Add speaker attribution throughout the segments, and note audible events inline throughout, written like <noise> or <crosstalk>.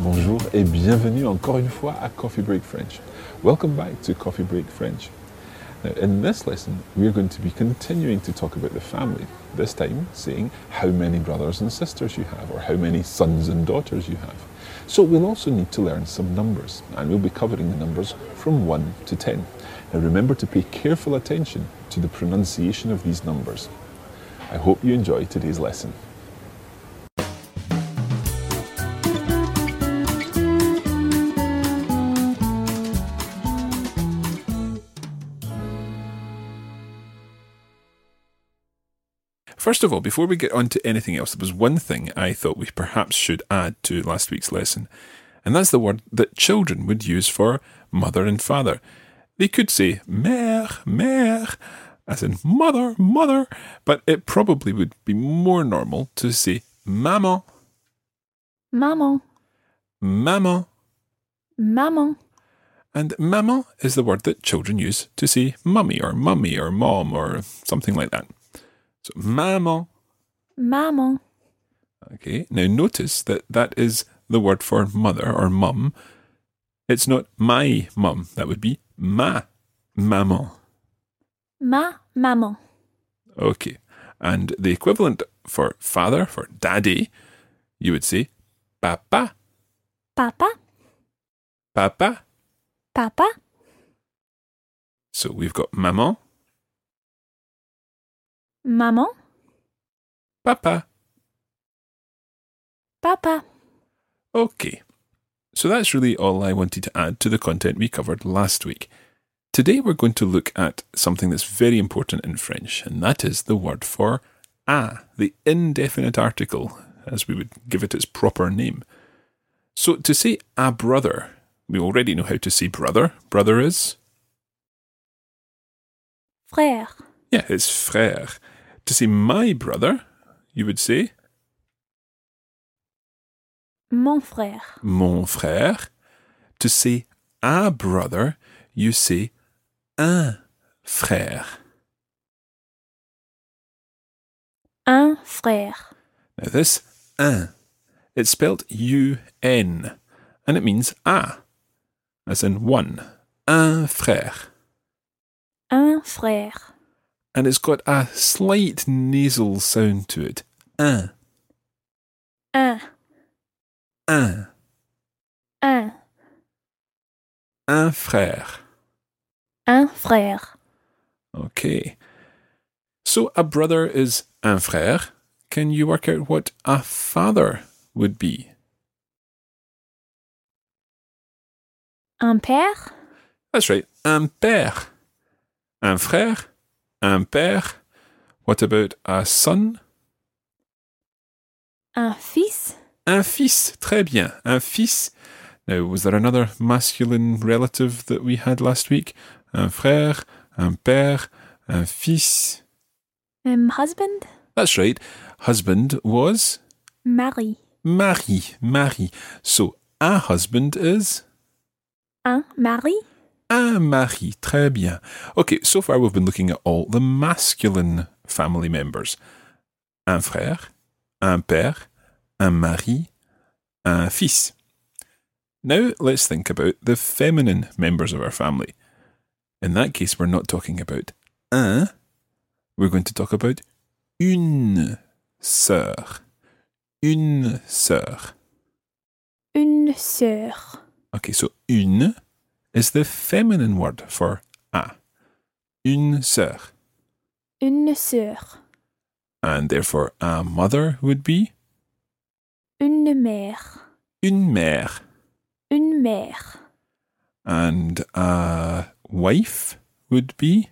Speaker 1: Bonjour et bienvenue encore une fois à Coffee Break French. Welcome back to Coffee Break French. Now, in this lesson, we are going to be continuing to talk about the family, this time saying how many brothers and sisters you have, or how many sons and daughters you have. So, we'll also need to learn some numbers, and we'll be covering the numbers from 1 to 10. Now, remember to pay careful attention to the pronunciation of these numbers. I hope you enjoy today's lesson. First of all, before we get on to anything else, there was one thing I thought we perhaps should add to last week's lesson, and that's the word that children would use for mother and father. They could say mère, mère, as in mother, mother, but it probably would be more normal to say maman,
Speaker 2: Maman,
Speaker 1: maman.
Speaker 2: maman,
Speaker 1: And maman is the word that children use to say mummy or mummy or mom or something like that. So maman.
Speaker 2: maman,
Speaker 1: Okay, now notice that that is the word for mother or mum. It's not my mum, that would be ma maman.
Speaker 2: ma maman,
Speaker 1: Okay, and the equivalent for father, for daddy, you would say papa,
Speaker 2: papa,
Speaker 1: papa.
Speaker 2: papa,
Speaker 1: So we've got maman,
Speaker 2: maman,
Speaker 1: papa.
Speaker 2: papa.
Speaker 1: Okay, so that's really all I wanted to add to the content we covered last week. Today we're going to look at something that's very important in French, and that is the word for a, the indefinite article, as we would give it its proper name. So to say a brother, we already know how to say brother. Brother is?
Speaker 2: Frère,
Speaker 1: Yeah, it's frère. To say my brother, you would say
Speaker 2: mon frère,
Speaker 1: mon frère. To say a brother, you say un frère.
Speaker 2: un frère,
Speaker 1: Now this un, it's spelled U N, and it means a, as in one. Un frère,
Speaker 2: un frère,
Speaker 1: and it's got a slight nasal sound to it. Un,
Speaker 2: un,
Speaker 1: un,
Speaker 2: un,
Speaker 1: un frère.
Speaker 2: un frère,
Speaker 1: Okay. So a brother is un frère. Can you work out what a father would be?
Speaker 2: un père,
Speaker 1: That's right, un père. Un frère, un père. What about a son?
Speaker 2: un fils,
Speaker 1: Un fils, très bien. Un fils. Now, was there another masculine relative that we had last week? Un frère, un père, un fils.
Speaker 2: un husband,
Speaker 1: That's right. Husband was
Speaker 2: mari,
Speaker 1: mari, mari. So, a husband is
Speaker 2: un mari,
Speaker 1: un mari. Ah, Très bien. Okay, so far we've been looking at all the masculine family members. Un frère, un père, un mari, un fils. Now let's think about the feminine members of our family. In that case, we're not talking about un, we're going to talk about une sœur. Une sœur.
Speaker 2: une sœur,
Speaker 1: Okay, so une is the feminine word for a. Une sœur.
Speaker 2: une sœur,
Speaker 1: And therefore, a mother would be
Speaker 2: une mère,
Speaker 1: une mère.
Speaker 2: une mère,
Speaker 1: And a wife would be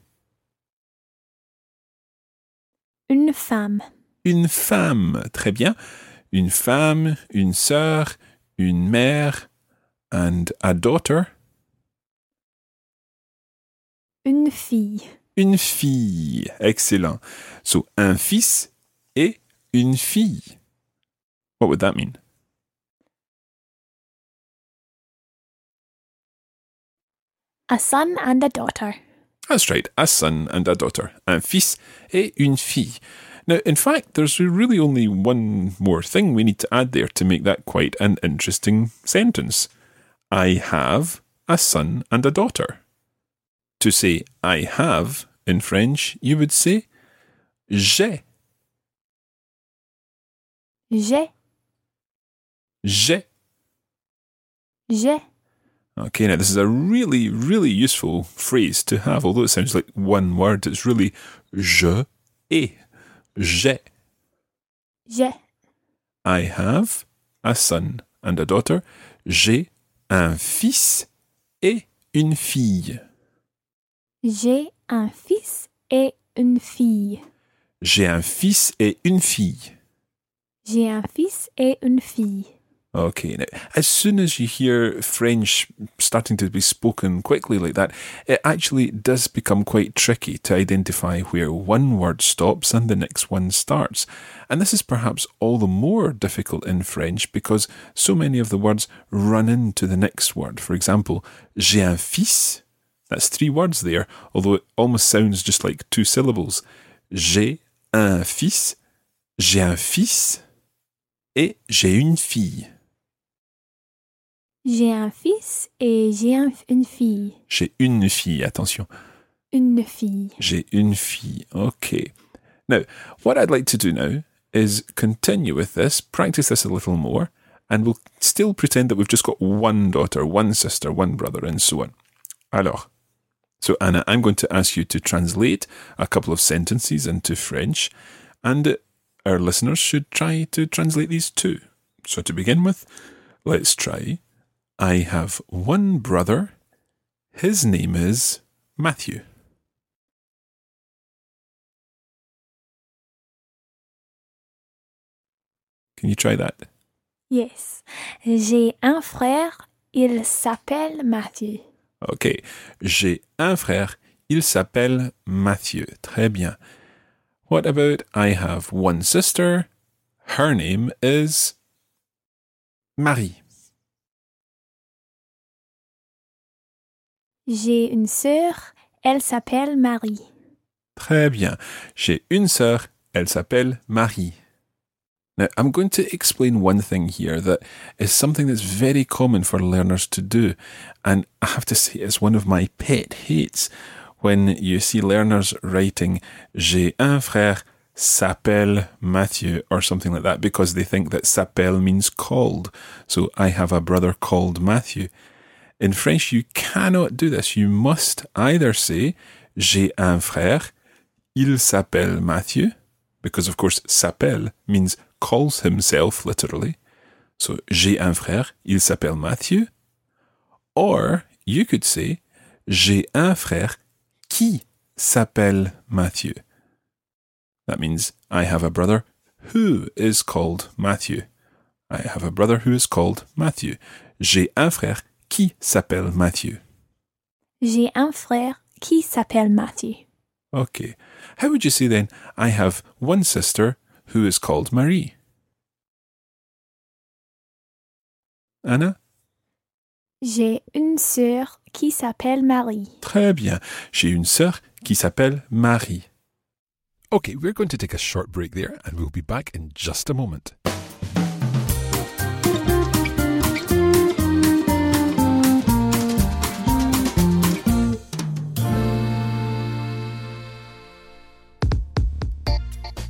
Speaker 2: une femme,
Speaker 1: une femme. Très bien. Une femme, une sœur, une mère. And a daughter,
Speaker 2: une fille,
Speaker 1: une fille. Excellent. So, un fils et une fille. What would that mean?
Speaker 2: a son and a daughter,
Speaker 1: That's right, a son and a daughter, un fils et une fille. Now, in fact, there's really only one more thing we need to add there to make that quite an interesting sentence. I have a son and a daughter. To say I have in French, you would say j'ai.
Speaker 2: J'ai,
Speaker 1: J'ai.
Speaker 2: j'ai,
Speaker 1: Okay, now this is a really, really useful phrase to have, although it sounds like one word. It's really je et j'ai.
Speaker 2: j'ai,
Speaker 1: I have a son and a daughter. J'ai un fils et une fille.
Speaker 2: j'ai un fils et une fille.
Speaker 1: J'ai un fils et une fille.
Speaker 2: J'ai un fils et une fille.
Speaker 1: Okay, now, as soon as you hear French starting to be spoken quickly like that, it actually does become quite tricky to identify where one word stops and the next one starts. And this is perhaps all the more difficult in French because so many of the words run into the next word. For example, j'ai un fils. That's three words there, although it almost sounds just like two syllables. J'ai un fils, j'ai un fils, et j'ai une fille.
Speaker 2: J'ai un fils et j'ai un- une fille.
Speaker 1: J'ai une fille, attention.
Speaker 2: Une fille.
Speaker 1: J'ai une fille. Okay. Now, what I'd like to do now is continue with this, practice this a little more, and we'll still pretend that we've just got one daughter, one sister, one brother, and so on. Alors. So, Anna, I'm going to ask you to translate a couple of sentences into French, and our listeners should try to translate these too. So, to begin with, let's try. I have one brother. His name is Matthew. Can you try that?
Speaker 2: Yes. J'ai un frère. Il s'appelle Mathieu.
Speaker 1: Ok. J'ai un frère. Il s'appelle Mathieu. Très bien. What about I have one sister? Her name is Marie.
Speaker 2: J'ai une sœur. Elle s'appelle Marie.
Speaker 1: Très bien. J'ai une sœur. Elle s'appelle Marie. Now, I'm going to explain one thing here that is something that's very common for learners to do. And I have to say, it's one of my pet hates when you see learners writing, J'ai un frère, s'appelle Mathieu, or something like that, because they think that s'appelle means called. So, I have a brother called Matthew. In French, you cannot do this. You must either say, J'ai un frère, il s'appelle Mathieu, because of course, s'appelle means calls himself literally. So, j'ai un frère, il s'appelle Mathieu. Or, you could say, j'ai un frère qui s'appelle Mathieu. That means, I have a brother who is called Mathieu. I have a brother who is called Mathieu. J'ai un frère qui s'appelle Mathieu.
Speaker 2: J'ai un frère qui s'appelle Mathieu.
Speaker 1: Okay. How would you say then, I have one sister who is called Marie? Anna?
Speaker 2: J'ai une sœur qui s'appelle Marie.
Speaker 1: Très bien. J'ai une sœur qui s'appelle Marie.
Speaker 3: Okay, we're going to take a short break there and we'll be back in just a moment.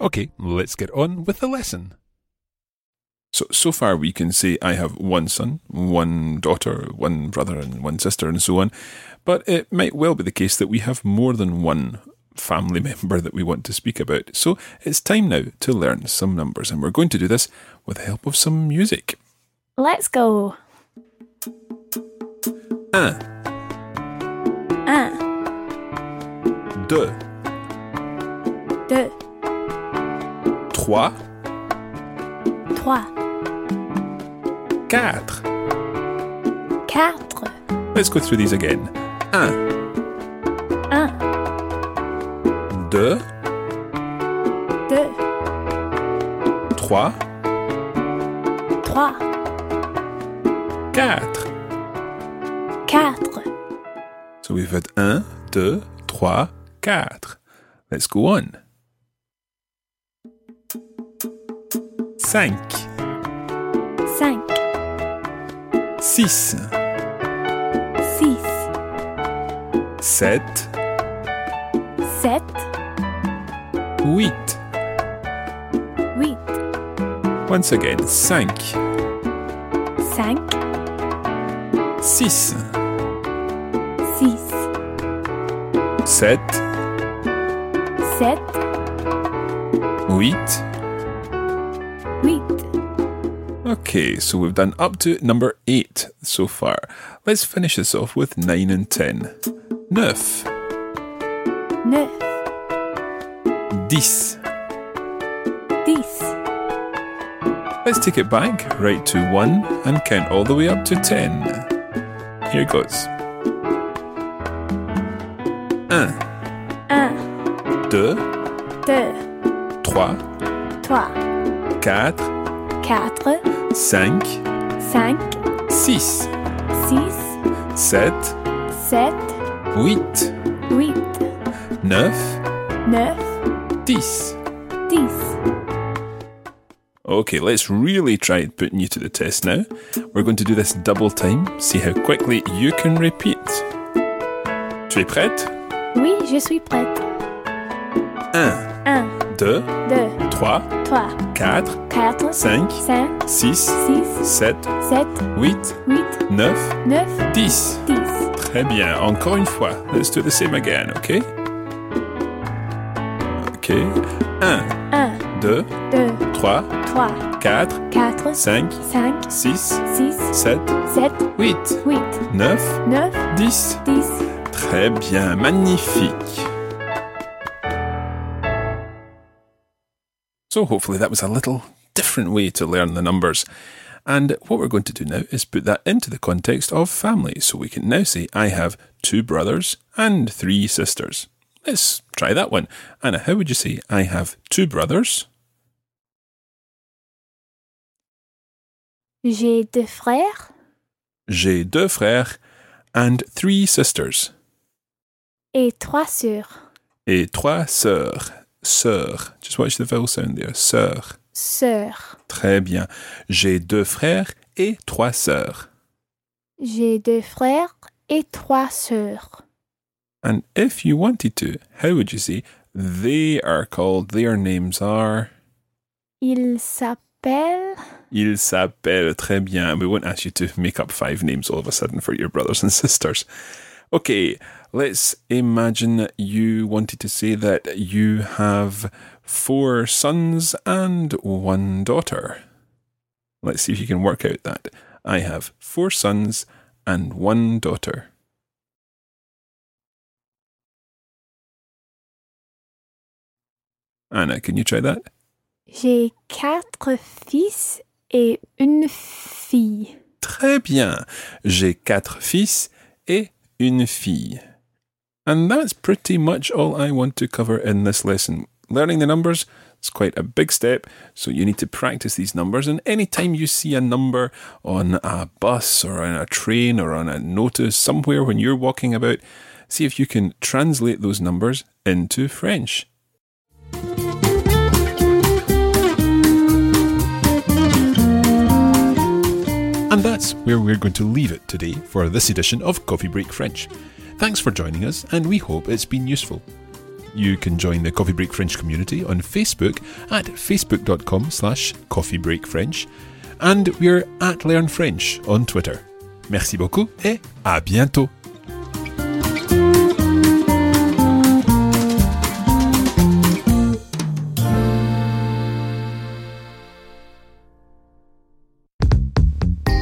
Speaker 3: Okay, let's get on with the lesson.
Speaker 1: So, so far we can say I have one son, one daughter, one brother, and one sister, and so on. But it might well be the case that we have more than one family <laughs> member that we want to speak about. So it's time now to learn some numbers, and we're going to do this with the help of some music.
Speaker 2: Let's go.
Speaker 1: Un,
Speaker 2: Un,
Speaker 1: deux,
Speaker 2: deux,
Speaker 1: trois,
Speaker 2: trois,
Speaker 1: quatre.
Speaker 2: quatre.
Speaker 1: Let's go through these again. Un,
Speaker 2: Un,
Speaker 1: deux,
Speaker 2: deux,
Speaker 1: trois,
Speaker 2: trois,
Speaker 1: quatre.
Speaker 2: quatre.
Speaker 1: So we've had un, deux, trois, quatre. Let's go on. Cinq,
Speaker 2: Cinq,
Speaker 1: six,
Speaker 2: six,
Speaker 1: sept,
Speaker 2: sept,
Speaker 1: huit.
Speaker 2: huit,
Speaker 1: Once again, cinq,
Speaker 2: cinq,
Speaker 1: six,
Speaker 2: six,
Speaker 1: sept,
Speaker 2: sept,
Speaker 1: huit.
Speaker 2: huit.
Speaker 1: Okay, so we've done up to number eight so far. Let's finish this off with nine and ten. Neuf,
Speaker 2: Neuf,
Speaker 1: dix.
Speaker 2: dix.
Speaker 1: Let's take it back, right to one, and count all the way up to ten. Here goes. Un,
Speaker 2: Un,
Speaker 1: deux,
Speaker 2: deux,
Speaker 1: trois,
Speaker 2: trois,
Speaker 1: quatre,
Speaker 2: quatre,
Speaker 1: cinq,
Speaker 2: cinq,
Speaker 1: six,
Speaker 2: six,
Speaker 1: sept,
Speaker 2: sept,
Speaker 1: huit,
Speaker 2: huit,
Speaker 1: neuf,
Speaker 2: neuf,
Speaker 1: dix.
Speaker 2: dix.
Speaker 1: Okay, let's really try putting you to the test now. We're going to do this double time, see how quickly you can repeat. Tu es prête?
Speaker 2: Oui, je suis prête.
Speaker 1: 1,
Speaker 2: Un,
Speaker 1: 2,
Speaker 2: deux,
Speaker 1: 3,
Speaker 2: trois,
Speaker 1: 4,
Speaker 2: quatre,
Speaker 1: Cinq.
Speaker 2: cinq,
Speaker 1: 6,
Speaker 2: six,
Speaker 1: 7,
Speaker 2: sept,
Speaker 1: 8,
Speaker 2: huit,
Speaker 1: 9,
Speaker 2: neuf,
Speaker 1: 10.
Speaker 2: dix.
Speaker 1: Très bien, encore une fois. Let's do the same again, okay? Okay. 1,
Speaker 2: Un,
Speaker 1: 2,
Speaker 2: deux,
Speaker 1: 3,
Speaker 2: trois,
Speaker 1: 4,
Speaker 2: quatre,
Speaker 1: 5,
Speaker 2: cinq,
Speaker 1: 6,
Speaker 2: six,
Speaker 1: 7,
Speaker 2: sept,
Speaker 1: 8,
Speaker 2: huit,
Speaker 1: 9,
Speaker 2: neuf,
Speaker 1: 10.
Speaker 2: dix.
Speaker 1: Très bien, magnifique. So, hopefully, that was a little different way to learn the numbers. And what we're going to do now is put that into the context of family. So, we can now say, I have two brothers and three sisters. Let's try that one. Anna, how would you say, I have two brothers?
Speaker 2: J'ai deux frères
Speaker 1: J'ai deux frères and three sisters.
Speaker 2: et trois sœurs.
Speaker 1: Et trois sœurs. Sœurs. Just watch the vowel sound there. Sœurs.
Speaker 2: Sœurs.
Speaker 1: Très bien. J'ai deux frères et trois sœurs.
Speaker 2: J'ai deux frères et trois sœurs.
Speaker 1: And if you wanted to, how would you say they are called? Their names are.
Speaker 2: Ils s'appellent
Speaker 1: Ils s'appellent. Très bien. We won't ask you to make up five names all of a sudden for your brothers and <laughs> sisters. Okay, let's imagine that you wanted to say that you have four sons and one daughter. Let's see if you can work out that. I have four sons and one daughter. Anna, can you try that?
Speaker 2: J'ai quatre fils et une fille.
Speaker 1: Très bien. J'ai quatre fils et une fille. And that's pretty much all I want to cover in this lesson. Learning the numbers is quite a big step, so you need to practice these numbers. And anytime you see a number on a bus or on a train or on a notice somewhere when you're walking about, see if you can translate those numbers into French. And that's where we're going to leave it today for this edition of Coffee Break French. Thanks for joining us, and we hope it's been useful. You can join the Coffee Break French community on Facebook at facebook.com slash coffeebreakfrench, and we're at Learn French on Twitter. Merci beaucoup et à bientôt!